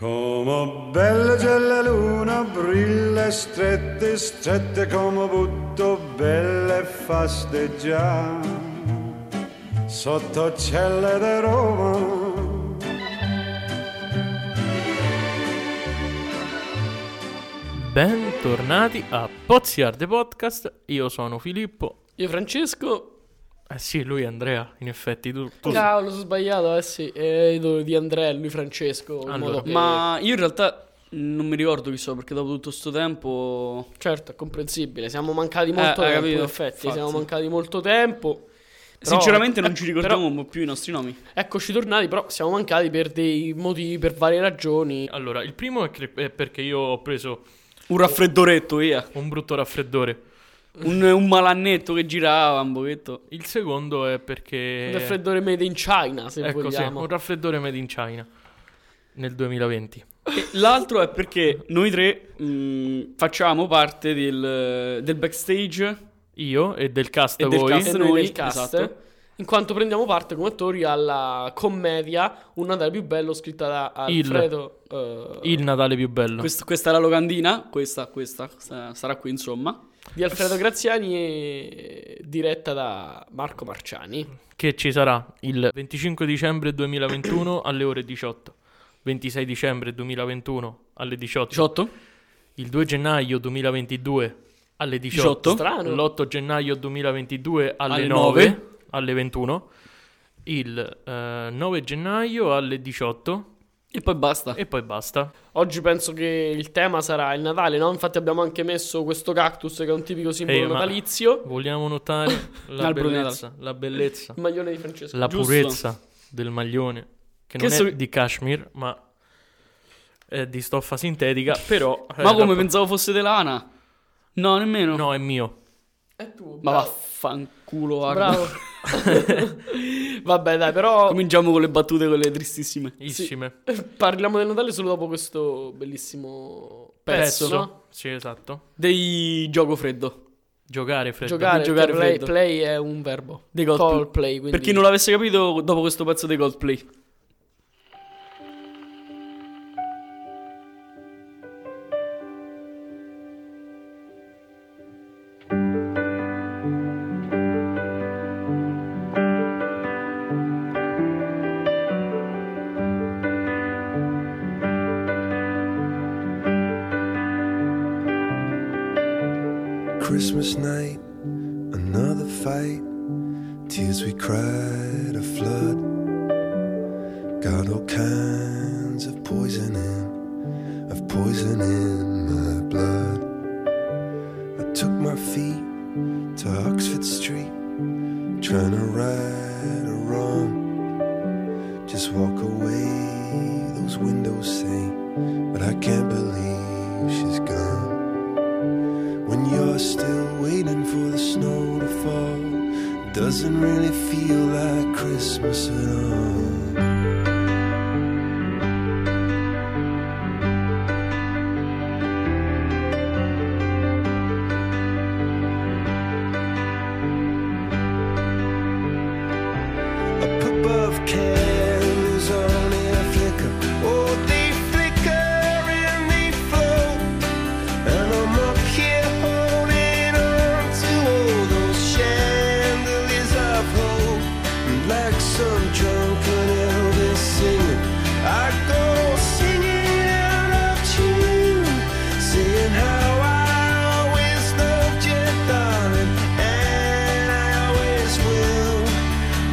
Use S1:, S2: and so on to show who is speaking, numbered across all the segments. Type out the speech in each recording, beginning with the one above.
S1: Come belle c'è la luna, brille strette, strette come butto, belle faste già. Sotto celle di Roma.
S2: Bentornati a Pozziarde Podcast, io sono Filippo.
S3: Io Francesco.
S2: Eh sì, lui è Andrea, in effetti tu... tu-
S3: Cavolo, sono sbagliato, eh sì. Eh, io di Andrea, lui Francesco. in
S2: Allora.
S3: modo che-
S4: Ma io in realtà non mi ricordo chi so, perché dopo tutto sto tempo...
S3: certo, è comprensibile. Siamo mancati molto
S4: Eh, hai
S3: tempo,
S4: capito?
S3: in effetti.
S4: Infatti.
S3: Siamo mancati molto tempo. Però-
S4: Sinceramente non
S3: eh,
S4: ci ricordiamo più i nostri nomi.
S3: però- eccoci tornati, però siamo mancati per dei motivi, per varie ragioni.
S4: Eh.
S2: Allora, il primo è, che- è perché io ho preso
S4: Un raffreddoretto, via.
S2: un brutto raffreddore.
S4: Un, un malannetto che girava un pochetto.
S2: Il secondo è perché...
S3: Un raffreddore made in China, se
S2: ecco, sì,
S3: vogliamo.
S2: un raffreddore made in China nel 2020.
S4: E l'altro è perché noi tre mh, facciamo parte del, del backstage.
S2: Io e del cast
S4: E del
S2: voi.
S4: cast.
S3: e noi
S4: noi,
S3: del cast.
S4: esatto.
S3: In quanto prendiamo parte come attori alla commedia Un Natale più bello scritta da
S2: Il.
S3: Alfredo eh,
S2: Il Natale più bello.
S4: Quest- questa è la locandina, questa, questa, sa- sarà qui insomma.
S3: di Alfredo Graziani e diretta da Marco Marciani.
S2: che ci sarà il 25 dicembre 2021 alle ore 18, 26 dicembre 2021 alle 18,
S4: 18?
S2: il 2 gennaio 2022 alle 18,
S4: 18.
S3: Strano.
S2: l'8 gennaio 2022 alle,
S4: Alle
S2: 9,
S4: 9,
S2: alle 21, il eh, 9 gennaio alle 18
S4: E poi basta.
S3: Eh,
S2: e poi basta.
S3: Oggi penso che il tema sarà il Natale, no? Infatti abbiamo anche messo questo cactus che è un tipico simbolo
S2: Eh, ma-
S3: natalizio.
S2: Vogliamo notare la
S4: L'albero di Mm.
S2: bellezza, la bellezza,
S3: Il maglione di Francesco.
S2: la
S4: Giusto.
S2: purezza del maglione che,
S4: Che
S2: non è
S4: so-
S2: di cashmere, ma è di stoffa sintetica, però eh,
S4: Ma come
S2: rappresenta-
S4: pensavo fosse di lana? No, nemmeno.
S2: No, è mio.
S3: È tu.
S4: Ma
S3: Bravo.
S4: vaffanculo, guarda.
S3: bravo. Vabbè, dai, però
S4: Cominciamo con le battute, quelle tristissime.
S2: Issime.
S3: parliamo del Natale solo dopo questo bellissimo pezzo,
S2: Pezzo.
S3: no?
S2: Sì, esatto.
S4: Dei gioco freddo.
S2: Giocare freddo.
S3: Giocare,
S4: di giocare
S3: cioè, play,
S4: freddo.
S3: play è un verbo.
S4: Dei Coldplay.
S3: Coldplay, quindi-
S4: Per chi non l'avesse capito, dopo questo pezzo dei Coldplay.
S5: Christmas night, another fight. Tears we cried, a flood. Got all kinds of poison in, of poison in my blood. I took my feet to Oxford Street, trying to right a wrong. Just walk away, those windows say, but I can't believe she's gone when you're still waiting for the snow to fall. It doesn't really feel like Christmas at all. Up above, candles only flicker. Oh, they flicker and they float. And I'm up here holding on to all those chandeliers of hope. And like some drunken Elvis singing, I go singing out of tune, saying how I always loved you, darling, and I always will. Oh,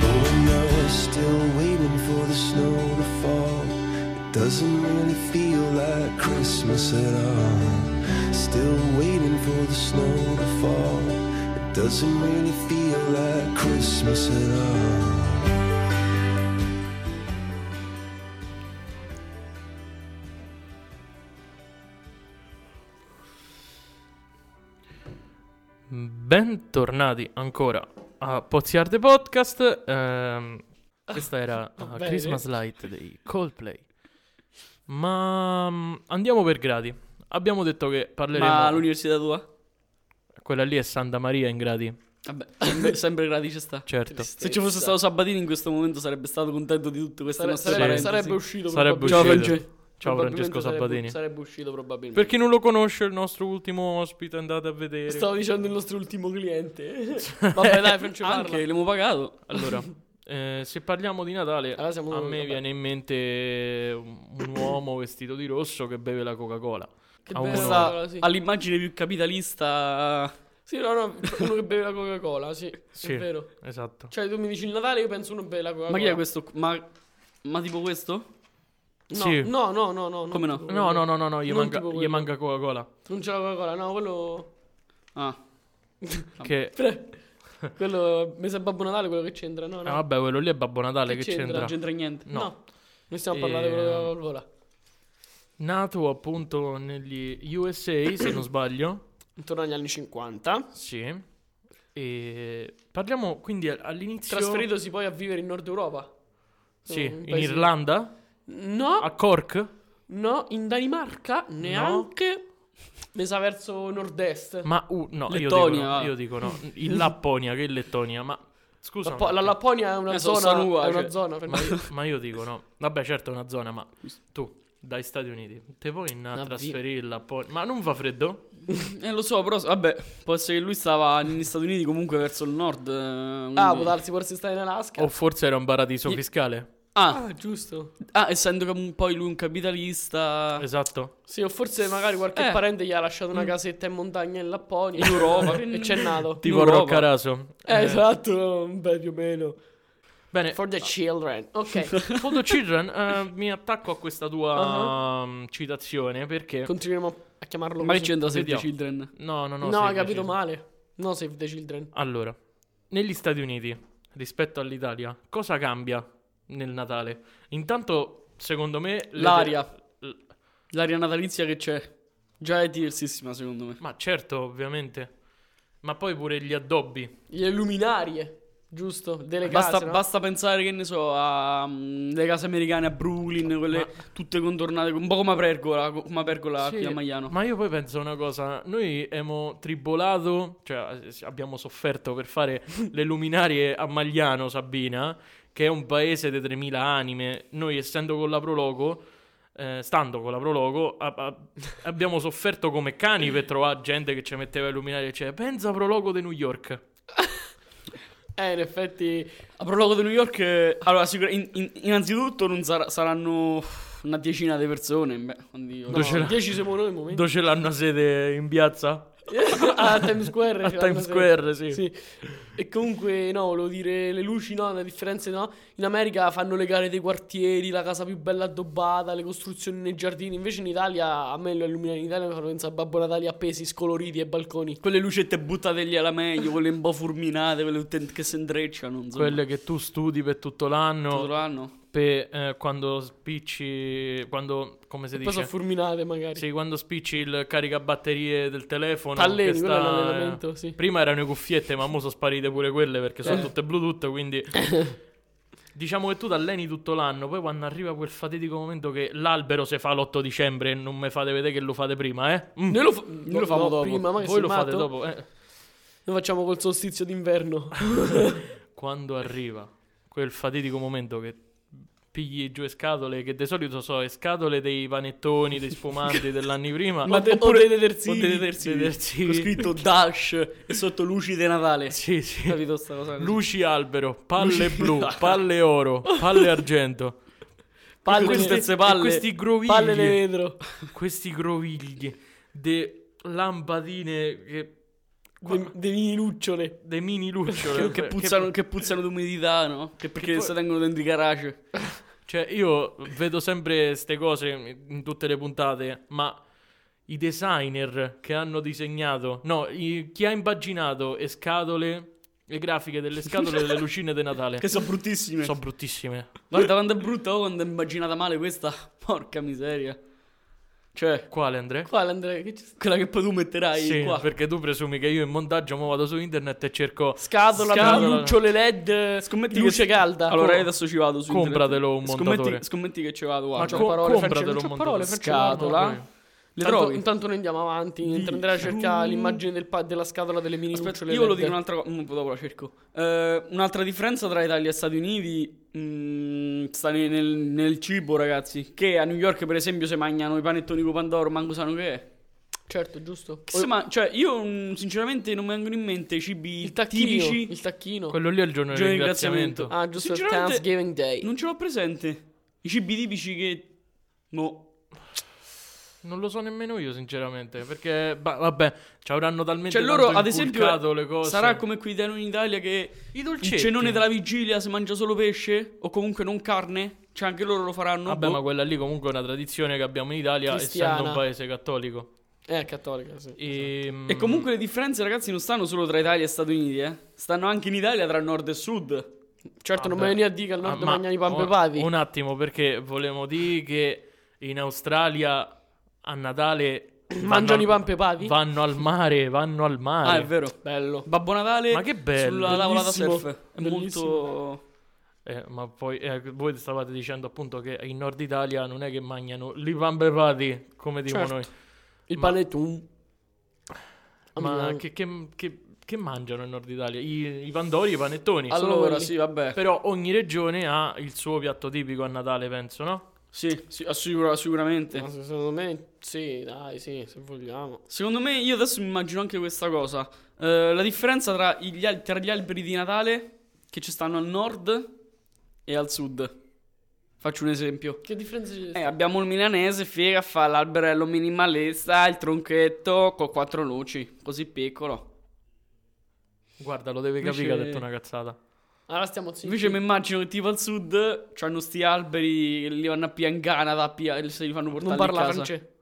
S5: But when you're still waiting for the snow to fall, it doesn't really feel like Christmas at all. Still waiting for the snow to fall, it doesn't really feel like Christmas at all.
S2: Bentornati ancora a Pozziarte Podcast. Ehm, questa era uh,
S3: Ah, bene.
S2: Christmas Light dei Coldplay. Ma mm, andiamo per gradi. Abbiamo detto che parleremo...
S4: Ma l'università tua?
S2: Quella lì è Santa Maria in gradi,
S4: Vabbè, sempre, sempre gradice sta.
S2: certo.
S4: Se ci fosse stato Sabatini in questo momento sarebbe stato contento di tutte queste
S3: Sare-
S4: nostre
S3: sarebbe,
S4: parentesi.
S3: sarebbe uscito
S2: Sarebbe
S3: probabilmente.
S2: uscito.
S4: Giovedì.
S2: Ciao Francesco Sabatini.
S3: Probabilmente sarebbe- Sarebbe uscito probabilmente.
S2: Per chi non lo conosce, il nostro ultimo ospite, andate a vedere.
S3: Stavo dicendo il nostro ultimo cliente. Vabbè, dai, Franci, parla.
S4: Anche, l'abbiamo pagato.
S2: Allora, eh, se parliamo di Natale,
S3: Allora siamo-
S2: a me
S3: vabbè.
S2: viene in mente un un uomo vestito di rosso che beve la Coca-Cola.
S3: Che
S2: a uno-
S3: bella
S4: Sta
S3: parola, sì.
S4: all'immagine più capitalista.
S3: Sì, no, no, uno che beve la Coca-Cola, sì,
S2: Sì.
S3: è vero.
S2: Esatto.
S3: Cioè, tu mi dici il Natale, io penso uno beve la Coca-Cola.
S4: Ma chi è questo? Ma, ma tipo questo?
S3: No,
S2: Sì.
S3: no, no, no, no. non
S4: Come no?
S3: tipo
S2: No,
S3: quello.
S2: no, no, no, no, gli,
S3: Non
S2: manca,
S3: tipo
S2: gli
S3: quello.
S2: manca Coca-Cola.
S3: Non c'è la Coca-Cola, no, quello...
S4: Ah,
S2: Che... eh,
S3: Pre- quello... Mi sa Babbo Natale quello che c'entra, no, no.
S2: Ah, vabbè, quello lì è Babbo Natale
S3: Che
S2: che,
S3: c'entra?
S2: c'entra.
S4: non c'entra niente.
S2: no.
S3: Noi stiamo
S2: Eh,
S3: parlando di quello della Coca-Cola.
S2: Nato appunto negli USA, se non sbaglio.
S3: Intorno agli anni 50.
S2: Sì. E parliamo quindi a- all'inizio...
S3: Trasferitosi poi a vivere in Nord Europa.
S2: Sì,
S3: in un
S2: in
S3: paesino.
S2: Irlanda?
S3: No,
S2: A Cork?
S3: no, in Danimarca neanche. Mi sa verso nord-est.
S2: Ma uh, no, io,
S4: Lettonia,
S2: dico, no,
S4: va.
S2: io dico no. In Lapponia, che è Lettonia, ma scusa.
S3: La,
S2: un
S3: Po- la
S2: attimo.
S3: Lapponia è una
S4: Eh, so-
S3: zona.
S4: sono uva,
S3: è una
S4: cioè.
S3: zona. per
S2: ma,
S3: me.
S2: io, ma io dico no. Vabbè, certo, è una zona, ma tu dai Stati Uniti, te vuoi in-
S3: via.
S2: trasferire in Lapponia? Ma non fa freddo?
S4: Eh, lo so, però vabbè, può essere che lui stava negli Stati Uniti comunque verso il nord. eh,
S3: Ah,
S4: quindi-
S3: può darsi forse stare in Alaska.
S2: O forse era un paradiso fiscale?
S4: ah,
S3: Ah, giusto.
S4: ah, essendo che un- poi lui un capitalista
S2: Esatto.
S3: Sì, o forse magari qualche
S4: Eh.
S3: parente gli ha lasciato una casetta in montagna Mm. in Lapponia.
S4: in Europa.
S3: e c'è nato.
S2: Tipo
S4: Europa.
S2: Roccaraso.
S3: Eh, esatto, beh, più o meno.
S2: Bene.
S3: For the children. Ok,
S2: For the Children, eh, mi attacco a questa tua um, citazione perché...
S3: continuiamo a chiamarlo
S4: Magari
S3: così.
S4: c'entra Save the
S2: Vediamo.
S4: Children.
S2: No, no, no.
S3: No,
S2: sei
S3: hai capito
S2: decisa.
S3: male. No, save the children.
S2: Allora, negli Stati Uniti rispetto all'Italia, cosa cambia nel Natale? Intanto, secondo me, le-
S4: L'aria.
S2: l-
S4: L'aria natalizia che c'è. Già è diversissima, secondo me.
S2: Ma certo, ovviamente. Ma poi pure gli addobbi.
S3: Le luminarie, giusto? Delle
S4: Basta,
S3: case, no?
S4: basta pensare, che ne so, a mm, le case americane a Brooklyn, quelle tutte contornate, un po' come a Pergola, co- come a Pergola qui a Maiano.
S2: ma io poi penso una cosa, noi abbiamo tribolato, cioè eh, abbiamo sofferto per fare le luminarie a Magliano, Sabina, che è un paese di 3.000 anime, noi essendo con la Proloco, eh, stando con la Proloco, a- a- abbiamo sofferto come cani per trovare gente che ci metteva le luminarie, cioè pensa Proloco di New York.
S3: Eh, in effetti...
S4: A prologo di New York, eh, allora, sicura- in- in- innanzitutto non sarà- saranno una decina di persone. Beh, oddio.
S2: Do- Dove ce l'ha?
S3: 10 siamo noi, momento.
S2: Dove ce l'hanno a sede in piazza?
S3: a Times Square.
S2: A
S3: ce
S2: Times
S3: l'hanno
S2: Square,
S3: sempre.
S2: sì.
S3: Sì. E comunque, no, volevo dire, le luci, no, le differenze, no? In America fanno le gare dei quartieri, la casa più bella addobbata, le costruzioni nei giardini. Invece in Italia, a me lo illumina in Italia, mi fanno pensare a Babbo Natale appesi, scoloriti e balconi.
S4: Quelle lucette buttategli alla meglio, quelle un po' fulminate, quelle tutte che si intrecciano, insomma.
S2: Quelle che tu studi per tutto l'anno.
S4: Tutto l'anno.
S2: pe- eh, quando spicci quando come si
S3: Poi sono
S2: dice
S3: fulminate, magari.
S2: sì, quando spicci il caricabatterie del telefono
S3: Talleni,
S2: che
S3: quello è l'allenamento, sì.
S2: prima erano le cuffiette ma mo sono sparite pure quelle perché sono
S3: Eh.
S2: tutte bluetooth quindi diciamo che tu t'alleni tutto l'anno poi quando arriva quel fatidico momento che l'albero se fa l'8 dicembre e non mi fate vedere che lo fate prima eh Mm.
S3: Noi lo, fa-
S4: lo famo dopo.
S3: Prima, ma che
S2: voi
S3: sei
S2: lo fate
S3: matto?
S2: dopo eh.
S3: Noi facciamo col solstizio d'inverno.
S2: quando arriva quel fatidico momento che pigli giù le scatole, che di solito so le scatole dei panettoni, dei spumanti dell'anno prima,
S4: Ma
S3: de-
S4: oppure-
S3: o dei detersivi.
S4: o dei detersivi.
S2: Dei detersivi.
S4: Con scritto Dash e sotto luci di Natale.
S2: sì, sì.
S4: Capito sta cosa? così?
S2: luci albero, palle blu, palle oro, palle argento,
S3: Palle-
S2: queste,
S4: queste palle-
S2: questi grovigli,
S3: Palle di vetro.
S2: questi grovigli, de lampadine che...
S3: Dei, dei mini lucciole.
S2: dei mini lucciole cioè,
S4: Che, che puzzano, che puzzano di umidità, no? Che perché
S2: poi-
S4: si tengono dentro i garage.
S2: Cioè, io vedo sempre ste cose in tutte le puntate, ma i designer che hanno disegnato, no, i- chi ha immaginato e scatole, le grafiche delle scatole delle lucine di Natale,
S4: Che sono bruttissime.
S2: Eh. sono bruttissime.
S4: Guarda quando è brutta o quando è immaginata male questa. Porca miseria. Cioè,
S2: Quale, Andrea?
S3: Qua Andrea, che ci sta?
S4: quella che poi tu metterai
S2: Sì,
S4: qua.
S2: perché tu presumi che io in montaggio mo vado su internet e cerco...
S3: Scatola,
S2: Scatola.
S3: lucciole LED,
S4: Scommetti
S3: luce
S4: che...
S3: calda. Oh.
S4: Allora io adesso ci vado su internet.
S2: Compratelo un montatore.
S4: Scommetti, scommetti che ci vado,
S2: Ma
S4: guarda.
S2: co-
S3: parole, Francesco,
S2: compratelo
S3: non c'ho
S2: un
S3: parole,
S2: montatore.
S3: Francesco,
S2: Scatola.
S3: guarda.
S4: Le
S3: Tanto-
S4: trovi?
S3: Intanto noi andiamo avanti. Mentre Andrea cerca l'immagine del pa- della scatola delle mini
S4: Aspetta,
S3: lucciole
S4: io lo
S3: LED.
S4: dico un'altra cosa. mm, Dopo la cerco. Eh, un'altra differenza tra Italia e Stati Uniti mm, sta ne- nel, nel cibo, ragazzi. Che a New York, per esempio, se mangiano i panettoni con Pandoro, manco sanno che è.
S3: Certo, giusto.
S4: Che se ma- cioè, io mm, sinceramente non mi vengono in mente i cibi
S3: Oh, Il tacchino.
S4: tipici.
S3: Il tacchino.
S2: Quello lì è il giorno del
S4: Giorno di
S2: ringraziamento.
S4: ringraziamento.
S3: Ah, giusto. Il
S4: Sinceramente-
S3: Thanksgiving Day.
S4: Non ce l'ho presente. I cibi tipici che. boh. No.
S2: Non lo so nemmeno io, sinceramente. Perché, ba- vabbè, ci avranno talmente
S4: Cioè, loro,
S2: tanto
S4: ad esempio,
S2: inculcato le cose.
S4: sarà come qui da noi in Italia che
S2: I dolcetti.
S4: il cenone della vigilia si mangia solo pesce o comunque non carne. Cioè, anche loro lo faranno.
S2: Vabbè,
S4: boh.
S2: ma quella lì comunque è una tradizione che abbiamo in Italia,
S3: Cristiana.
S2: essendo un paese cattolico. Ehm,
S3: Eh, cattolica, sì.
S2: E,
S4: E comunque le differenze, ragazzi, non stanno solo tra Italia e Stati Uniti, eh. Stanno anche in Italia tra nord e sud.
S3: Certo, non me
S2: Vabbè.
S3: veni a dire che al
S2: Ah,
S3: nord
S2: ma-
S3: mangiano i
S2: un-
S3: pampepati.
S2: Un attimo, perché volevo dire che in Australia a Natale
S3: Mangiano i
S2: vanno al-
S3: pampepati?
S2: Vanno al mare, vanno al mare.
S4: Ah, è vero.
S3: Bello.
S4: Babbo Natale
S2: Ma che bello.
S4: sulla tavola da
S3: Bellissimo.
S4: surf. È
S3: Bellissimo.
S4: molto
S2: Eh, ma poi eh, voi stavate dicendo appunto che in Nord Italia non è che mangiano i pampepati, come diciamo
S3: Certo.
S2: noi.
S3: Il
S2: Ma-
S3: panettone. A
S2: Ma
S3: Milano.
S2: che, che- che- che mangiano in Nord Italia? I, i pandori, i panettoni.
S3: Allora-
S4: Allora,
S3: quelli.
S4: sì, vabbè.
S2: Però ogni regione ha il suo piatto tipico a Natale, penso, no?
S4: Sì, sì, assicura- sicuramente.
S3: Ma se- secondo me, sì, dai, sì, se vogliamo.
S4: Secondo me, io adesso mi immagino anche questa cosa. Eh, la differenza tra gli, al- tra gli alberi di Natale che ci stanno al nord e al sud. Faccio un esempio.
S3: Che differenza c'è?
S4: Eh, abbiamo il milanese, figa, fa l'alberello minimalista, il tronchetto con quattro luci, così piccolo.
S2: Guarda, lo deve capire che
S4: Invece-
S2: ha detto una cazzata.
S3: Allora stiamo zitti.
S4: Invece mi immagino che tipo al sud c'hanno sti alberi che li vanno a piangana, da pia- se li fanno
S3: non
S4: portare
S3: parla
S4: in casa.
S3: francese.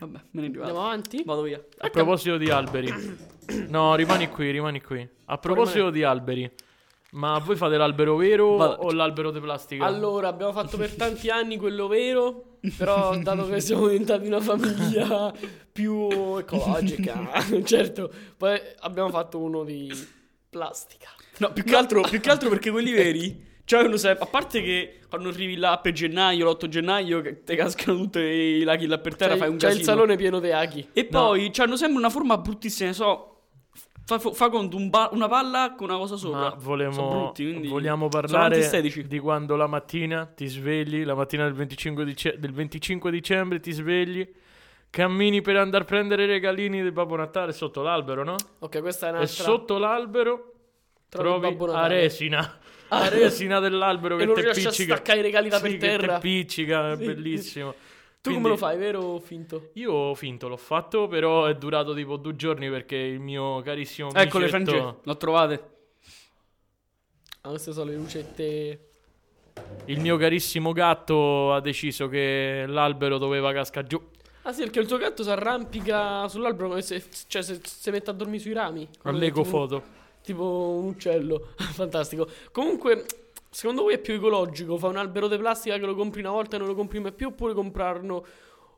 S4: Vabbè, me ne
S3: Andiamo
S4: rivado.
S3: avanti.
S4: Vado via.
S2: A proposito di alberi, no, rimani qui, rimani qui. A proposito di alberi, ma voi fate l'albero vero
S4: Vada.
S2: o l'albero di plastica?
S3: Allora, abbiamo fatto per tanti anni quello vero, però dato che siamo diventati una famiglia più ecologica, certo, poi abbiamo fatto uno di plastica.
S4: No, più che, altro, più che altro perché quelli veri. Cioè, uno sa- a parte che quando arrivi là per gennaio, l'8 gennaio, che te cascano tutti i laghi là per terra,
S3: C'è,
S4: fai un
S3: c'è
S4: casino.
S3: il salone pieno di aghi.
S4: E poi cioè, hanno sempre una forma bruttissima, ne so. Fa, fa conto un ba- una palla con una cosa sopra.
S2: Ma volemo,
S4: Sono brutti, quindi
S2: vogliamo
S4: Sono
S2: parlare
S4: antiestetici.
S2: di quando la mattina ti svegli, la mattina del 25, dice- del 25 dicembre ti svegli, cammini per andare a prendere i regalini di Babbo Natale sotto l'albero, no?
S3: Ok, questa è
S2: E
S3: un'altra.
S2: sotto l'albero
S3: Trovi
S2: trovi
S3: Babbo
S2: la
S3: Natale.
S2: resina. La resina dell'albero
S3: E
S2: che
S3: non
S2: te
S3: riesci a
S2: piccica.
S3: staccare i regali da
S2: Sì,
S3: per
S2: che
S3: terra.
S2: Te piccica, è bellissimo.
S3: Tu
S2: Quindi-
S3: come lo fai, vero o finto?
S2: Io ho finto, l'ho fatto, però è durato tipo due giorni perché il mio carissimo
S4: Ecco le
S2: amicetto-
S4: frange, l'ho trovate.
S3: Ah, queste sono le lucette.
S2: Il mio carissimo gatto ha deciso che l'albero doveva cascare giù.
S3: Ah sì, perché il tuo gatto si arrampica sull'albero come se, cioè, se, se mette a dormire sui rami. Come
S2: All'eco
S3: tipo-
S2: foto.
S3: Tipo un uccello, fantastico. Comunque, secondo voi è più ecologico fare un albero di plastica che lo compri una volta e non lo compri mai più oppure comprarlo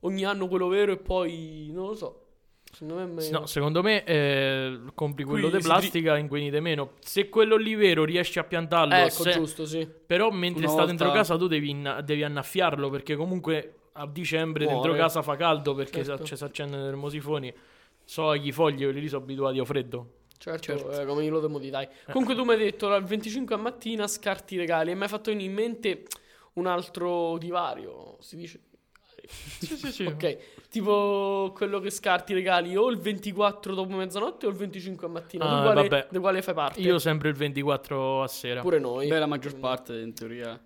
S3: ogni anno quello vero e poi non lo so. Secondo me è
S2: S-
S3: meglio.
S2: No, secondo me eh, compri quello
S4: Qui
S2: di
S4: si dri-
S2: plastica e inquinite meno. Se quello lì vero riesci a piantarlo,
S3: ecco,
S2: se-
S3: giusto, sì.
S2: però mentre
S4: Una
S2: sta dentro
S4: volta-
S2: casa tu devi, inna- devi annaffiarlo perché comunque a dicembre
S3: Muore.
S2: dentro casa fa caldo perché cioè,
S3: Certo.
S2: si accendono i termosifoni. So gli fogli, quelli lì sono abituati a freddo.
S3: Certo, eh, come io lo temo di dai. Comunque tu mi hai detto al 25 a mattina scarti i regali e mi hai fatto venire in mente un altro divario, si dice.
S2: Sì, sì, sì.
S3: Ok, tipo quello che scarti i regali o il 24 dopo mezzanotte o il 25 a mattina,
S2: Ah,
S3: tu quale,
S2: vabbè.
S3: di quale fai parte?
S2: Io sempre il 24 a sera.
S3: Pure noi.
S4: Beh, la maggior parte, in teoria.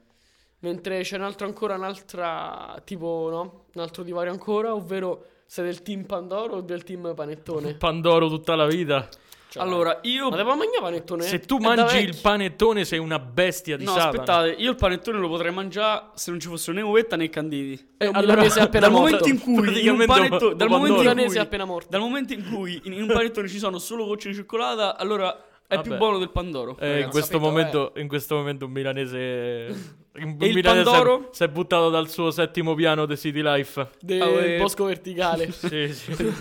S3: Mentre c'è un altro ancora, un'altra tipo, no? Un altro divario ancora, ovvero sei del team Pandoro o del team Panettone.
S2: Pandoro tutta la vita.
S3: Cioè,
S4: allora, io...
S3: ma devo mangiare Panettone?
S2: Se tu
S3: È da
S2: mangi il
S3: vecchi.
S2: panettone sei una bestia di
S4: No,
S2: Satana.
S4: aspettate, io il panettone lo potrei mangiare se non ci fossero né uvetta né canditi.
S3: È un
S2: allora,
S3: milanese appena
S4: dal momento
S3: morto.
S4: in cui in un
S2: Praticamente
S4: panetto-
S2: dopo-
S4: dal
S2: dopo
S4: momento in
S2: Pandoro.
S4: cui-
S3: Milanese appena morto.
S4: dal momento in cui in in un panettone ci sono solo gocce di cioccolata, allora è più
S2: Vabbè.
S4: buono del Pandoro.
S2: Eh, in,
S4: ragazzi.
S2: questo
S3: Capito,
S2: momento, in questo momento un milanese... Un
S4: E il
S2: milanese
S4: Pandoro?
S2: Si è buttato dal suo settimo piano di City Life.
S3: Del
S4: Ah, eh.
S3: bosco verticale.
S2: Sì, sì.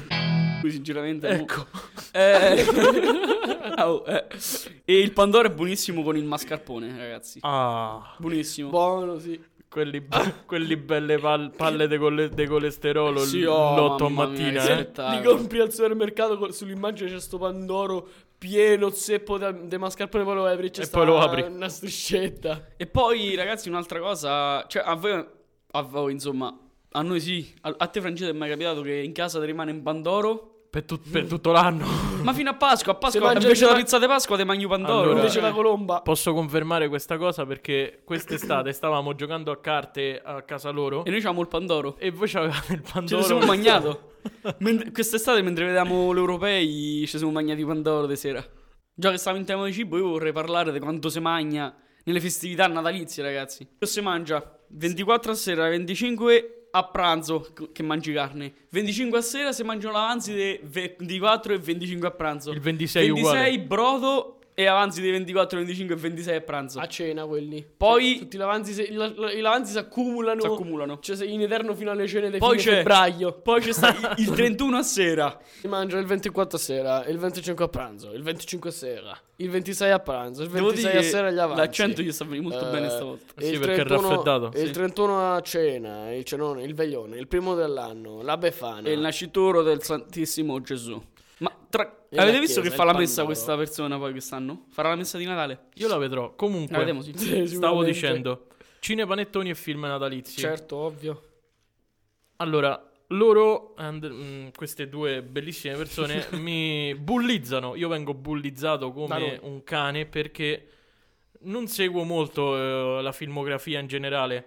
S4: Qui, sinceramente mo-
S2: ecco.
S4: Eh, au, eh. E il Pandoro è buonissimo con il mascarpone, ragazzi.
S2: Ah.
S4: Buonissimo.
S3: Buono, sì.
S2: Quelli, quelli belle pal- palle di colesterolo
S4: Sì,
S2: l-
S4: oh,
S2: l'otto
S4: mamma mia,
S2: mattina.
S4: che
S2: eh.
S4: spettacolo.
S3: Li compri al supermercato con- sull'immagine c'è sto pandoro pieno zeppo de, de mascarpone poi lo apri c'è
S2: E
S3: sta
S2: poi lo apri.
S3: una striscetta
S4: E poi, ragazzi, un'altra cosa. Cioè, a voi, a voi, insomma, a noi sì. A, a te, Francesco, è mai capitato che in casa ti rimane un pandoro?
S2: Per, tut- per tutto l'anno.
S4: Ma fino a Pasqua, a Pasqua,
S3: mangi
S4: invece
S3: il-
S4: la pizza di Pasqua ti mangi un pandoro.
S2: Allora-
S3: invece la colomba
S2: Posso confermare questa cosa perché quest'estate stavamo giocando a carte a casa loro
S4: E noi avevamo il pandoro.
S2: e voi c'avevate il pandoro.
S4: Ce lo siamo mangiato. Mentre- quest'estate, mentre vedevamo l'europei, ci siamo mangiati i pandoro di sera. Già che stavamo in tema di cibo, io vorrei parlare di quanto si mangia nelle festività natalizie, ragazzi. Che si mangia 24 a sera, 25 a pranzo, c- che mangi carne. 25 a sera si mangiano l'avanzi dei 24 e 25 a pranzo.
S2: Il 26 uguale.
S4: 26 brodo e avanzi dei 24, 25 e 26 a pranzo.
S2: Ah, cioè,
S3: a cena quelli
S4: Poi-
S3: tutti i l'avanzi si- la- la- i l'avanzi si accumulano
S4: Si accumulano.
S3: cioè se- in eterno fino alle cene di
S4: Poi
S3: fine
S4: c'è-
S3: febbraio
S4: Poi c'è sta il- il 31 a sera.
S3: si mangia il 24 a sera il 25 a pranzo il 25 a sera il 26 a pranzo il
S4: Devo
S3: 26
S4: dire
S3: a sera gli avanzi
S4: L'accento gli sta venendo molto
S3: Eh,
S4: bene stavolta.
S3: e
S2: Sì,
S3: il
S2: perché è
S3: 31
S2: raffreddato,
S3: e Il
S2: sì.
S3: 31 a cena, il cenone, il veglione, il primo dell'anno, la befana.
S4: E il nascituro del Santissimo Gesù. Ma tra-
S3: la
S4: avete
S3: chiesa,
S4: visto che
S3: il
S4: fa la messa
S3: pandoro.
S4: questa persona poi quest'anno? Farà la messa di Natale?
S2: Io la vedrò. Comunque,
S4: La vediamo, sì.
S3: Sì,
S2: stavo
S3: sicuramente.
S2: dicendo, cinepanettoni e film natalizi.
S3: Certo, ovvio.
S2: Allora, loro, and- mm, queste due bellissime persone, mi bullizzano. Io vengo bullizzato
S3: Da noi.
S2: come un cane perché non seguo molto eh, la filmografia in generale.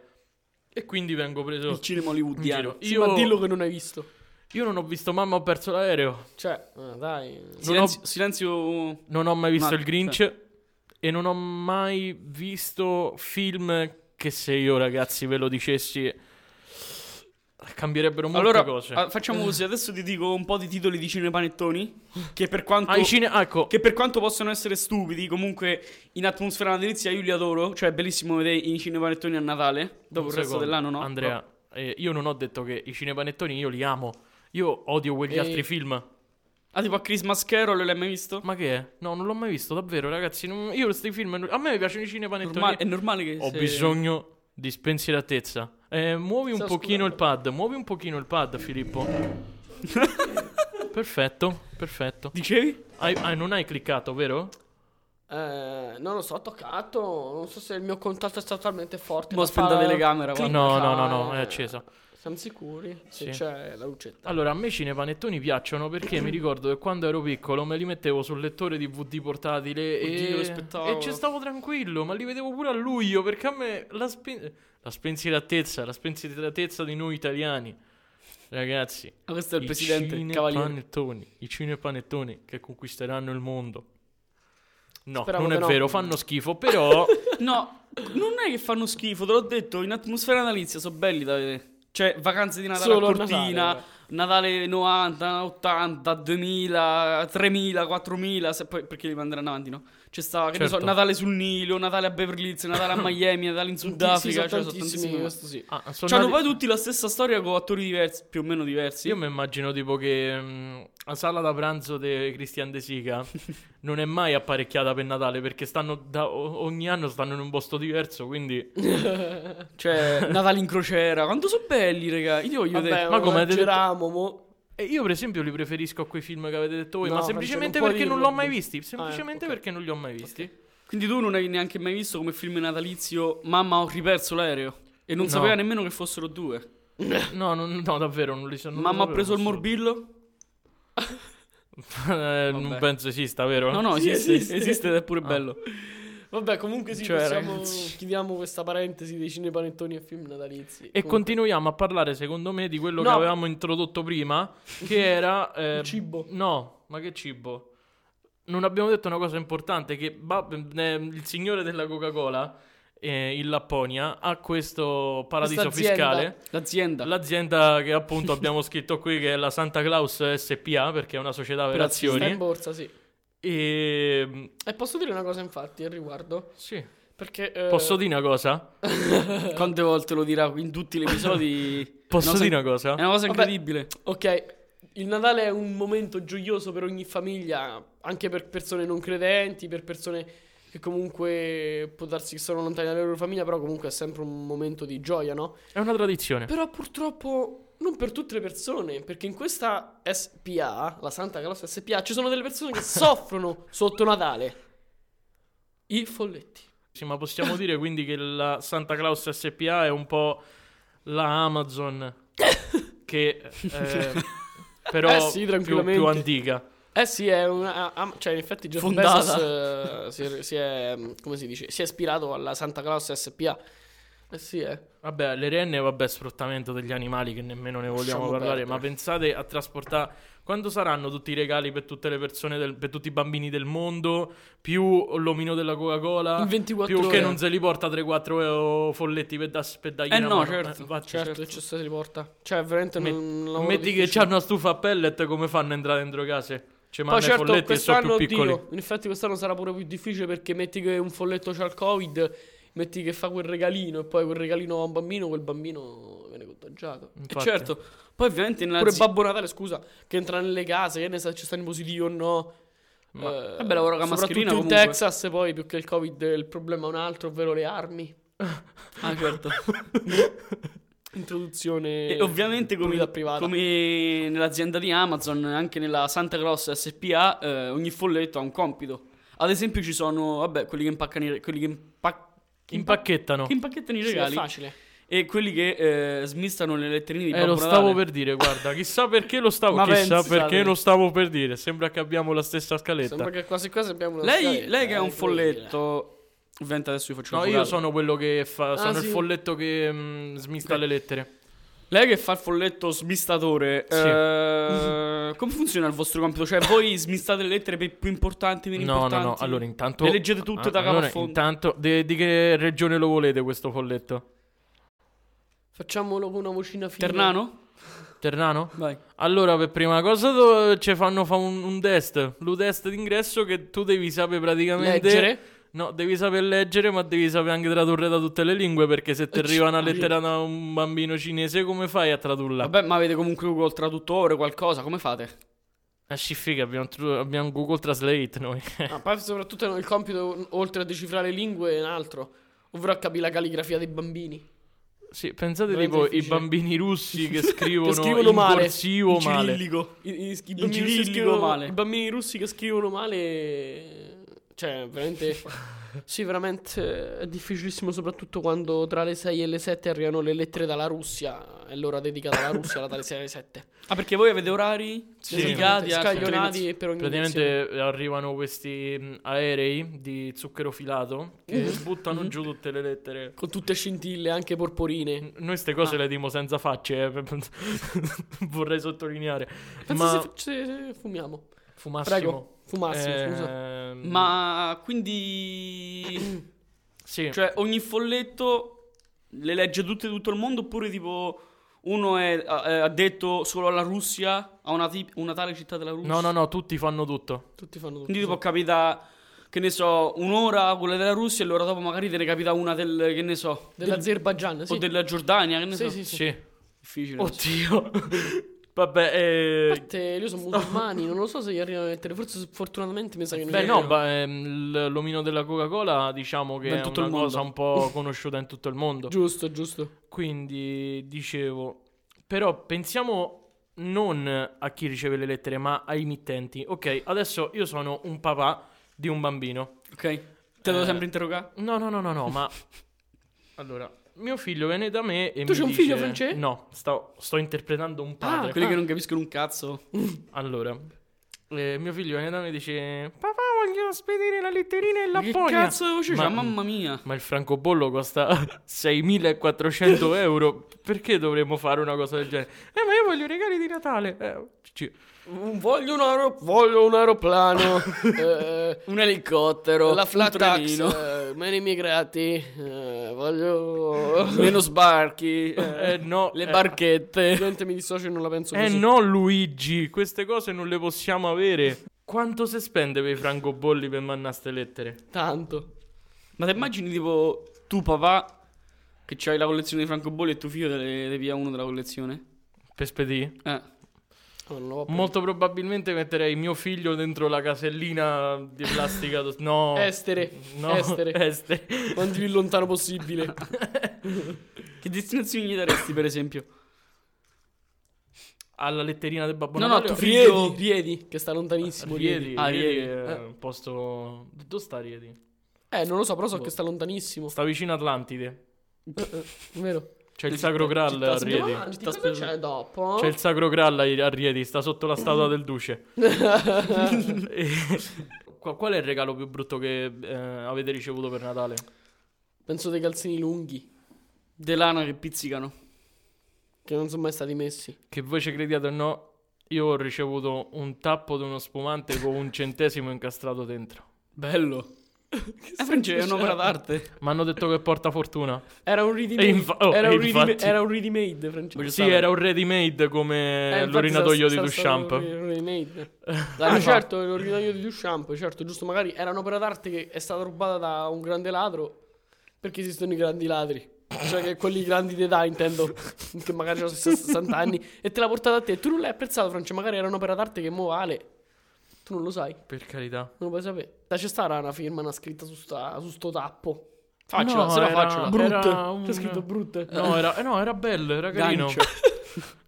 S2: E quindi vengo preso
S4: Il cinema
S2: in giro.
S4: hollywoodiano.
S3: Sì,
S2: Io,
S3: ma dillo che non hai visto.
S2: io non ho visto Mamma ho perso l'aereo.
S3: Cioè, ah, dai.
S4: Silenzio, silenzio-
S2: Non ho mai visto
S4: Ma- cioè.
S2: il Grinch. E non ho mai visto film che se io, ragazzi, ve lo dicessi. Cambierebbero molte
S4: Allora,
S2: cose.
S4: ah, facciamo così. Adesso ti dico un po' di titoli di cinepanettoni. Che per quanto...
S2: Ai cine- ah, ecco,
S4: Che per quanto possono essere stupidi, comunque in atmosfera natalizia io li adoro. Cioè, è bellissimo vedere i cinepanettoni a Natale. Dopo
S2: Un
S4: il resto
S2: secondo,
S4: dell'anno, no?
S2: Andrea, eh, io non ho detto che i cinepanettoni io li amo. Io odio quegli
S3: E-
S2: altri film.
S4: Ah, tipo a Christmas Carol, l'hai mai visto?
S2: Ma che è? No, non l'ho mai visto, davvero, ragazzi. non- Io questi film. non- A me piacciono i cinepanettoni.
S4: Norma- è normale che
S2: Ho
S4: se-
S2: bisogno di spensieratezza. Eh, muovi un
S3: Sto
S2: pochino il pad, muovi un pochino il pad, Filippo. perfetto, perfetto.
S4: Dicevi?
S2: Hai- hai- non hai cliccato, vero?
S3: Eh, non lo so, ho toccato. Non so se il mio contatto è stato talmente forte.
S4: Mo'
S3: da
S4: spenta
S3: far-
S4: telecamera, guarda.
S2: No, no, no,
S3: Ah.
S2: no, è accesa.
S3: Siamo sicuri? Se
S2: Sì.
S3: c'è la lucetta.
S2: Allora, a me i cinepanettoni piacciono perché mi ricordo che quando ero piccolo me li mettevo sul lettore DVD portatile
S4: Oddio, che
S2: e...
S4: spettacolo.
S2: e ci stavo tranquillo, ma li vedevo pure a luglio perché a me la, spen- la spensieratezza, la spensieratezza di noi italiani. Ragazzi,
S4: Ah, questo è il
S2: i
S4: presidente, il cavaliere.
S2: cinepanettoni, i cinepanettoni che conquisteranno il mondo. No,
S3: Speravo
S2: non è
S3: che no.
S2: vero, fanno schifo, però
S4: No, non è che fanno schifo, te l'ho detto, in atmosfera natalizia sono belli da vedere. Cioè, vacanze di Natale
S3: Solo
S4: a
S3: a
S4: Cortina,
S3: Natale,
S4: Natale 90, 80, 2000, 3000, 4000, se poi, perché li manderanno avanti, no? C'è sta, che ne so,
S2: Certo.
S4: Natale sul Nilo, Natale a Beverly Hills, Natale a Miami, Natale in
S3: Sì, sono
S4: Sudafrica, cioè sono
S3: tantissimi,
S4: tantissimi.
S3: questo sì.
S2: ah, sono
S4: C'hanno
S2: nati-
S4: poi tutti la stessa storia con attori diversi, più o meno diversi.
S2: Io mi immagino tipo che mm, la sala da pranzo di Christian De Sica non è mai apparecchiata per Natale perché stanno da- o- ogni anno stanno in un posto diverso, quindi...
S4: Cioè, Natale in crociera, quanto sono belli, raga. Io voglio vedere.
S3: Vabbè,
S2: ma
S3: ma
S2: come
S3: come
S2: avete detto-
S3: Geramo?
S2: E io per esempio li preferisco a quei film che avete detto voi,
S3: No,
S2: ma
S3: Francesco,
S2: semplicemente
S3: non puoi
S2: perché non
S3: dirlo. Ah,
S2: l'ho mai visti, semplicemente
S3: ok.
S2: perché non li ho mai visti.
S4: Quindi tu non hai neanche mai visto come film natalizio Mamma ho riperso l'aereo e non
S2: No.
S4: sapeva nemmeno che fossero due.
S2: No, non- no, davvero non li so. non lo
S4: Mamma ha
S2: sapevo,
S4: preso il
S2: non
S4: morbillo?
S2: so. Eh, non
S4: Vabbè.
S2: penso esista, vero?
S4: No, no,
S3: Sì,
S4: esiste,
S3: esiste.
S4: esiste, ed è pure bello.
S3: Vabbè, comunque sì,
S4: Cioè,
S3: possiamo...
S4: ragazzi.
S3: chiudiamo questa parentesi dei cinepanettoni e film natalizi.
S2: E
S3: Comunque-
S2: continuiamo a parlare, secondo me, di quello che
S3: No.
S2: avevamo introdotto prima, che era... eh,
S3: Il cibo.
S2: No, ma che cibo? Non abbiamo detto una cosa importante, che Ba- eh, il signore della Coca-Cola eh, in Lapponia ha questo paradiso
S3: Questa azienda.
S2: fiscale.
S4: L'azienda
S2: L'azienda che appunto abbiamo scritto qui, che è la Santa Claus SPA, perché è una società per
S4: Per azioni.
S3: Sta
S2: azioni.
S3: in
S2: Ehm,
S3: borsa, sì.
S2: E...
S3: E posso dire una cosa, infatti, al riguardo?
S2: Sì.
S3: Perché... eh,
S2: Posso dire una cosa?
S4: quante volte lo dirà in tutti gli episodi?
S2: Posso
S4: È una cosa-
S2: dire una cosa?
S4: È una cosa
S3: Vabbè.
S4: incredibile.
S3: Ok, il Natale è un momento gioioso per ogni famiglia, anche per persone non credenti, per persone che comunque può darsi che sono lontani dalla loro famiglia, però comunque è sempre un momento di gioia, no?
S2: È una tradizione.
S3: Però purtroppo non per tutte le persone, perché in questa SPA, la Santa Claus SPA, ci sono delle persone che soffrono sotto Natale. I folletti.
S2: Sì, ma possiamo dire quindi che la Santa Claus SPA è un po' la Amazon che eh, però
S3: Eh
S2: più-
S3: sì,
S2: più,
S3: tranquillamente.
S2: antica.
S3: Eh sì, è una... ah, ah, cioè, in effetti Jeff
S4: Fondata.
S3: Bezos, eh, si è, si è- come si dice? Si è ispirato alla Santa Claus SPA. Eh sì, eh.
S2: Vabbè, le renne, vabbè, sfruttamento degli animali che nemmeno ne vogliamo
S3: Lasciamo
S2: parlare,
S3: perdere.
S2: ma pensate a trasportare quando saranno tutti i regali per tutte le persone del- per tutti i bambini del mondo, più l'omino della Coca-Cola,
S3: In 24
S2: più che
S3: ore.
S2: non se li porta 3-4 folletti per, da, per dargli
S4: Eh
S2: una
S4: no,
S2: mano.
S4: certo,
S2: va-
S3: Certo, che c'è stata riporta. Cioè, veramente
S2: Met-
S3: non... lavoro
S2: metti che
S3: difficile.
S2: c'hanno una stufa a pellet, come fanno a entrare dentro case? Ci
S3: Poi
S2: mandano i
S3: certo,
S2: folletti e sono
S3: quest'anno,
S2: più piccoli.
S3: oddio, in effetti quest'anno sarà pure più difficile perché metti che un folletto c'ha il covid, metti che fa quel regalino e poi quel regalino a un bambino, quel bambino viene contagiato.
S4: E
S2: Infatti.
S4: certo. Poi ovviamente nella
S3: Pure
S4: zi-
S3: Babbo Natale, scusa, che entra nelle case, che ne sa ci stanno i positivi o no. Eh,
S4: vabbè, lavoro con
S3: soprattutto
S4: la mascherina,
S3: in
S4: comunque.
S3: Texas poi più che il covid il problema è un altro, ovvero le armi.
S4: Ah, certo.
S3: Introduzione
S4: E ovviamente come,
S3: proprietà privata.
S4: come nell'azienda di Amazon, anche nella Santa Claus SPA, eh, ogni folletto ha un compito. Ad esempio ci sono, vabbè, quelli che impaccano i, quelli che impac- che impa-
S2: Impacchettano.
S4: che impacchettano i
S3: Sì, esatto. è
S4: regali
S3: facile.
S4: e quelli che eh, smistano le letterine di
S2: Eh,
S4: Babbo
S2: lo stavo
S4: Natale.
S2: per dire, guarda, chissà perché lo stavo,
S4: Ma
S2: chissà
S4: pensate.
S2: perché lo stavo per dire. Sembra che abbiamo la stessa scaletta.
S3: Sembra che quasi quasi abbiamo una
S4: Lei,
S3: scaletta,
S4: lei che è
S3: eh,
S4: un
S3: incredibile.
S4: folletto, ovviamente adesso vi faccio
S2: No,
S4: una
S2: io
S4: fugata.
S2: sono quello che fa.
S4: Ah,
S2: sono
S3: sì.
S2: il folletto che mm, smista le lettere.
S4: Lei che fa il folletto smistatore,
S2: Sì.
S4: eh, come funziona il vostro compito? Cioè, voi smistate le lettere pe- più importanti, meno
S2: No, no,
S4: importanti?
S2: no. Allora, intanto.
S4: Le leggete tutte
S2: Ah,
S4: da capo
S2: allora,
S4: a fondo?
S2: Intanto, de- di che regione lo volete questo folletto?
S3: Facciamolo con una vocina fine.
S4: Ternano?
S2: Ternano?
S4: Vai.
S2: Allora, per prima cosa do- ci fanno fa un, un test. Lo test d'ingresso che tu devi sapere praticamente.
S3: Leggere?
S2: No, devi saper leggere, ma devi saper anche tradurre da tutte le lingue. Perché se ti arriva una
S3: Eh, sì.
S2: lettera da un bambino cinese, come fai a tradurla?
S4: Vabbè, ma avete comunque Google Traduttore, qualcosa, come fate?
S2: Ah, ci figa, abbiamo, tru- abbiamo Google Translate noi.
S3: Ma Ah, poi soprattutto il compito, oltre a decifrare le lingue, è un altro. Ovvero a capire la calligrafia dei bambini.
S2: sì, pensate
S3: Veramente
S2: tipo i
S3: difficile.
S2: bambini russi che scrivono,
S3: scrivono
S2: in
S3: male,
S2: corsivo
S4: In
S2: male.
S4: cirillico.
S3: I, i- i
S4: In
S3: bambini russi
S4: cirillico
S3: scrivono
S4: male.
S3: I bambini russi che scrivono male. eh, Cioè, veramente. sì, veramente eh, è difficilissimo, soprattutto quando tra le 6 e le 7 arrivano le lettere dalla Russia. È l'ora dedicata alla Russia, la dalle 6 alle 7.
S4: Ah, perché voi avete orari?
S2: Sì.
S4: dedicati a-
S3: scaglionati per ogni lezione.
S2: Praticamente arrivano questi mh, aerei di zucchero filato che
S3: Mm-hmm.
S2: buttano giù tutte le lettere.
S3: Con tutte scintille, anche porporine.
S2: Noi queste cose le dimo senza facce, eh, vorrei sottolineare.
S3: Penso
S2: Ma
S3: se, se- se fumiamo.
S2: fumassimo.
S3: Prego, fumassimo,
S2: Ehm,
S3: scusa.
S4: Ma quindi...
S2: sì.
S4: cioè, ogni folletto le legge tutte tutto il mondo oppure tipo... Uno è è addetto solo alla Russia, a una, tip- una tale città della Russia?
S2: no, no, no, tutti fanno tutto.
S3: Tutti fanno tutto.
S4: Quindi
S3: sì.
S4: tipo capita, che ne so, un'ora quella della Russia e l'ora dopo magari te ne capita una del, che ne so,
S3: Dell'Azerbaigian, sì.
S4: o della Giordania, che ne
S3: Sì,
S4: so.
S3: sì, sì.
S2: Sì.
S4: Difficile.
S2: Oddio. Vabbè, eh,
S3: A parte, io sono musulmani, non lo so se gli arrivano le lettere. Forse fortunatamente mi sa che non
S2: Beh,
S3: gli
S2: no,
S3: arrivano.
S2: ba- ehm, l- l'omino della Coca-Cola diciamo che
S4: Da
S2: è
S4: tutto
S2: una
S4: il mondo.
S2: cosa un po' conosciuta in tutto il mondo.
S3: Giusto, giusto.
S2: Quindi dicevo, però pensiamo non a chi riceve le lettere, ma ai mittenti. Ok, adesso io sono un papà di un bambino.
S4: Ok. Te devo
S2: Eh.
S4: sempre interrogare?
S2: No, no, no, no, no, ma allora, mio figlio viene da me e
S3: Tu
S2: mi
S3: c'hai un
S2: dice-
S3: figlio, Francesco?
S2: No, sto, sto interpretando un padre.
S4: Quelli che non capiscono un cazzo.
S2: Allora, eh, mio figlio viene da me e dice: Papà, voglio spedire la letterina in
S4: che
S2: Lapponia.
S4: cazzo devo uscire?
S2: Ma-
S4: mamma mia.
S2: Ma il francobollo costa 6.400 euro. Perché dovremmo fare una cosa del genere? Eh, ma io voglio i regali di Natale. Eh, ci-
S3: Un- Voglio un, aero- voglio un aeroplano. eh,
S4: Un elicottero.
S3: la flat
S4: un
S3: tax.
S4: trenino.
S3: Eh, meno immigrati. eh, voglio.
S4: Meno sbarchi. eh,
S2: Eh, no.
S4: le
S2: eh,
S4: barchette.
S3: Gente, mi dissocio e non la penso
S2: Eh
S3: così.
S2: no, Luigi, queste cose non le possiamo avere. Quanto si spende per i francobolli per mannare ste lettere?
S3: Tanto.
S4: Ma te immagini tipo tu papà che c'hai la collezione di francobolli e tuo figlio te ne te ne piglia uno della collezione?
S2: Per spedire?
S4: Eh.
S3: Allora, non lo può-
S2: Molto probabilmente metterei mio figlio dentro la casellina di plastica. do- No,
S3: Estere,
S2: no,
S3: estere.
S2: estere.
S3: Quanto più lontano possibile.
S4: Che destinazioni gli daresti, per esempio?
S2: Alla letterina del babbo
S4: No, no,
S2: Natale.
S4: tu
S2: Riedi,
S3: Riedi, Riedi, che sta lontanissimo. Riedi.
S2: Riedi,
S4: Ah,
S2: Riedi
S4: Riedi,
S2: è
S4: eh.
S2: un posto. Dove sta Riedi?
S3: Eh, non lo so, però so che sta lontanissimo.
S2: Boh.
S3: Eh,
S2: Sta vicino Atlantide.
S3: Vero?
S2: C'è il Sacro Graal
S4: città
S2: a Ah, Riedi.
S3: Avanti,
S4: Città
S3: cosa
S4: speciale.
S3: c'è dopo?
S2: C'è il Sacro Graal a a Riedi, sta sotto la statua del duce. E- Qua- Qual è il regalo più brutto che eh, avete ricevuto per Natale?
S3: Penso dei calzini lunghi,
S4: De lana che pizzicano.
S3: che non sono mai stati messi.
S2: Che voi ci crediate o no, io ho ricevuto un tappo di uno spumante con un centesimo incastrato dentro.
S4: Bello. Eh, Francesco, è un'opera d'arte.
S2: Mi hanno detto che porta fortuna.
S3: Era un
S2: E
S3: ready-made.
S2: infa- oh,
S3: era,
S2: e
S3: un ready-made-
S2: infatti.
S3: era un ready-made, Francesco.
S2: Sì, era un ready made come
S3: Eh, infatti
S2: l'orinatoio di
S3: sarà- sarà
S2: Duchamp.
S3: stato un ready-made. Dai, certo, è l'originario di Duchamp, certo, giusto, magari era un'opera d'arte che è stata rubata da un grande ladro, perché esistono i grandi ladri. Cioè che quelli grandi d'età intendo, che magari hanno 60 anni, e te l'ha portata a te. Tu non l'hai apprezzato, Francia, magari era un'opera d'arte che mo vale. Tu non lo sai, non
S2: per carità.
S3: lo puoi sapere. Da c'è stata una firma, una scritta su, sta, su sto tappo.
S4: Faccela,
S2: No,
S4: se la
S2: era-
S3: Ah,
S4: faccio.
S2: Brutto.
S3: Brutte.
S2: un-
S3: C'è scritto brutte.
S2: No, era, eh, no, era bello, era carino.
S4: Gancio.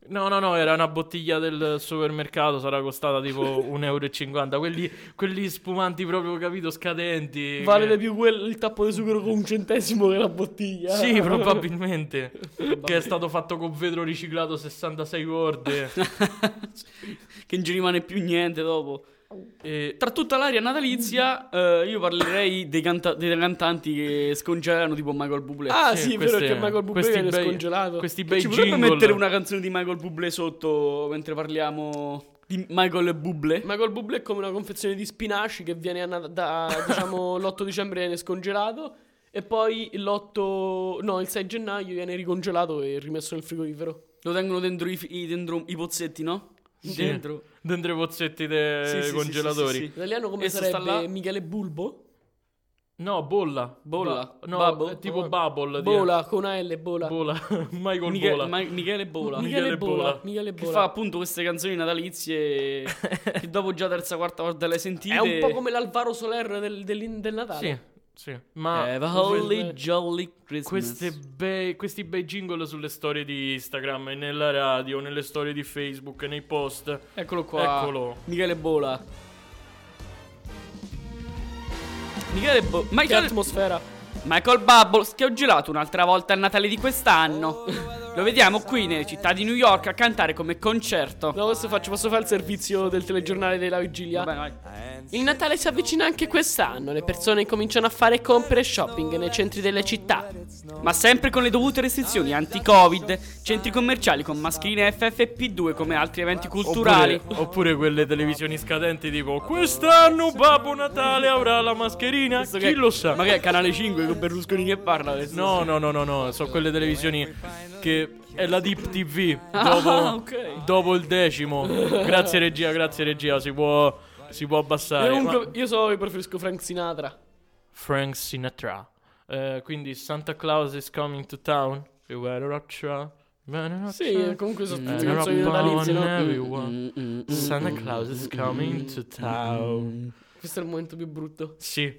S2: No, no, no, era una bottiglia del supermercato, sarà costata tipo 1,50 euro. Quelli, quelli spumanti proprio, capito, scadenti.
S3: Vale
S2: Eh, che-
S3: di più quel, il tappo di sughero con un centesimo che la bottiglia.
S2: Sì, probabilmente. che è stato fatto con vetro riciclato 66 corde.
S4: Che non ci rimane più niente dopo.
S2: e...
S4: Tra tutta l'aria natalizia, eh, io parlerei dei, canta- dei cantanti che scongelano tipo Michael Bublé.
S3: Ah, sì, è vero
S2: queste-
S3: che Michael Bublé
S2: questi
S3: viene
S2: bei-
S3: scongelato.
S2: Questi
S4: Che
S2: bei
S4: ci potrebbe
S2: jingle.
S4: mettere una canzone di Michael Bublé sotto mentre parliamo di Michael Bublé?
S3: Michael Bublé è come una confezione di spinaci che viene a Nat- da, diciamo, l'8 dicembre viene scongelato e poi l'8 no, il 6 gennaio viene ricongelato e rimesso nel frigorifero.
S4: Lo tengono dentro i, i- dentro i pozzetti, no?
S2: Sì.
S4: Dentro.
S2: Dentro i pozzetti dei
S4: Sì, sì, sì,
S2: Eh, congelatori.
S4: sì, sì, sì.
S3: L'italiano come
S4: E se sta là-
S3: sarebbe Michele Bulbo?
S2: No, bolla.
S4: Bolla.
S2: Ba- no,
S4: Bubble. Ah.
S2: eh, tipo bubble. dire.
S3: Bola con una L, Bola.
S2: Bola. Michael
S4: Miche-
S2: Bola.
S4: Ma- Michele Bola.
S2: Mi-
S3: Michele,
S2: Michele
S3: Bola.
S2: Bola.
S3: Michele
S4: Che
S3: Bola.
S4: fa appunto queste canzoni natalizie che dopo già terza, quarta volta le hai sentite.
S3: È un po' come l'Alvaro Soler del, del- del Natale.
S2: Sì, sì. Ma
S4: Eh, Have a holy jolly Christmas.
S2: queste bei- questi bei jingle sulle storie di Instagram, e nella radio, nelle storie di Facebook, nei post.
S4: Eccolo qua.
S2: Eccolo.
S4: Michele Bola. Michele Bola.
S3: Che
S4: Michael...
S3: atmosfera.
S4: Michael Bubbles che ho gelato un'altra volta a Natale di quest'anno. Lo vediamo qui nelle città di New York a cantare come concerto.
S3: No, questo faccio, posso fare il servizio del telegiornale della vigilia?
S4: Vabbè, vai.
S3: Il Natale si avvicina anche quest'anno, le persone cominciano a fare compere e shopping nei centri delle città.
S4: Ma sempre con le dovute restrizioni anti-Covid, centri commerciali con mascherine FFP2 come altri eventi culturali.
S2: Oppure, oppure quelle televisioni scadenti tipo Quest'anno Babbo Natale avrà la mascherina Chi
S4: che-
S2: lo sa
S4: Ma che è Canale 5 con Berlusconi che parla adesso?
S2: No, no, no, no, no Sono quelle televisioni che è la Deep TV Dopo,
S4: Ah, ok.
S2: dopo il decimo Grazie regia, grazie regia Si può, si può
S3: Io
S2: abbassare
S3: comunque-
S2: Ma-
S3: io so che preferisco Frank Sinatra.
S2: Frank Sinatra Eh, Quindi Santa Claus is coming to town You better not try better not
S3: Sì,
S2: try.
S3: comunque sono tutti
S2: Better
S3: canzoni
S2: not
S3: natalizie,
S2: on
S3: no? Mm,
S2: everyone. Santa Claus is coming to town
S3: Questo è il momento più brutto.
S2: Sì.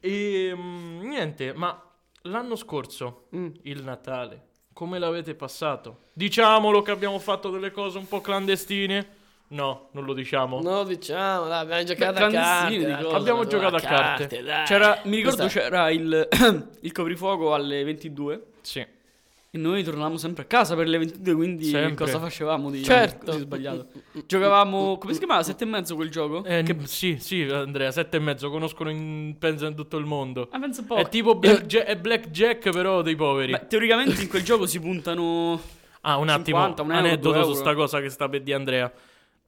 S2: e mm, niente, ma l'anno scorso,
S4: Mm.
S2: il Natale, come l'avete passato? Diciamolo che abbiamo fatto delle cose un po' clandestine? No, non lo diciamo.
S3: No, diciamo, dai, abbiamo giocato a carte.
S4: clandestini,
S3: dai,
S4: dico.
S2: Abbiamo giocato a carte.
S3: dai.
S4: C'era,
S2: Eh,
S4: mi ricordo
S3: Questa-
S4: c'era il, il coprifuoco alle 22
S2: Sì.
S4: e noi tornavamo sempre a casa per le 22, quindi
S2: Sempre.
S4: cosa facevamo di,
S3: Certo.
S4: di sbagliato? Giocavamo, come si chiamava? Sette e mezzo quel gioco?
S2: Eh, n- Sì, sì, Andrea, sette e mezzo, conoscono in, penso in tutto il mondo.
S4: Ah, penso un po'.
S2: È tipo Blackja- è Blackjack, però dei poveri.
S4: Beh, teoricamente in quel gioco si puntano.
S2: Ah, un attimo,
S4: 50, un euro,
S2: aneddoto
S4: due
S2: su
S4: euro.
S2: sta cosa che sta per di Andrea.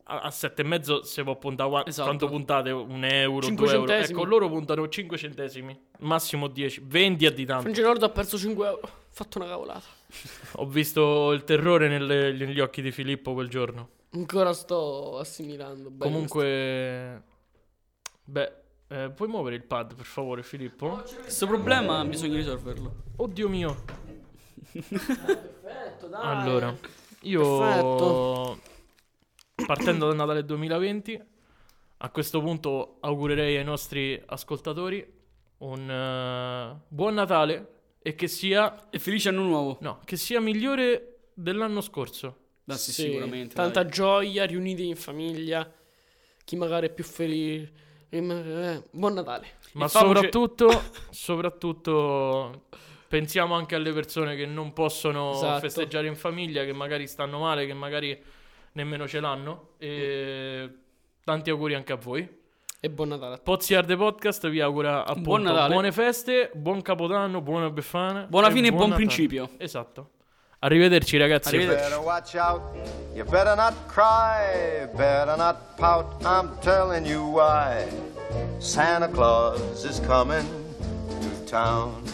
S2: A, a sette e mezzo se può puntare qua-
S4: Esatto.
S2: quanto puntate? Un euro,
S3: Cinque
S2: due euro.
S3: centesimi.
S2: Ecco, loro puntano 5 centesimi, massimo 10, 20 a di tanto.
S3: Francia Nord ha perso 5 euro. Ho fatto una cavolata.
S2: Ho visto il terrore nelle- negli occhi di Filippo quel giorno.
S3: Ancora sto assimilando. bene
S2: Comunque, beh, eh, puoi muovere il pad per favore, Filippo?
S4: Questo problema bisogna risolverlo.
S2: Oddio mio.
S3: questo. Perfetto, dai.
S2: Allora, Io
S3: Ah, Perfetto.
S2: partendo dal Natale 2020, a questo punto augurerei ai nostri ascoltatori un eh, buon Natale e che sia
S4: E felice anno nuovo.
S2: no, che sia migliore dell'anno scorso.
S4: Dai, sì,
S3: Sì,
S4: sicuramente.
S3: Tanta
S4: dai.
S3: gioia, riuniti in famiglia. Chi magari è più felice. chi magari- eh, Buon Natale.
S2: Ma
S4: E Fabio-
S2: soprattutto, soprattutto pensiamo anche alle persone che non possono
S3: Esatto.
S2: festeggiare in famiglia, che magari stanno male, che magari nemmeno ce l'hanno. E tanti auguri anche a voi.
S3: E buon Natale a tutti.
S2: Pozzi Arde Podcast vi augura appunto
S4: Buon Natale.
S2: buone feste, buon Capodanno, buona Befana.
S4: Buona
S2: e
S4: fine e buon
S2: Natale.
S4: principio.
S2: Esatto. Arrivederci ragazzi.
S4: Arrivederci.
S6: Better watch out. You better not cry. Better not pout. I'm telling you why. Santa Claus is coming to town.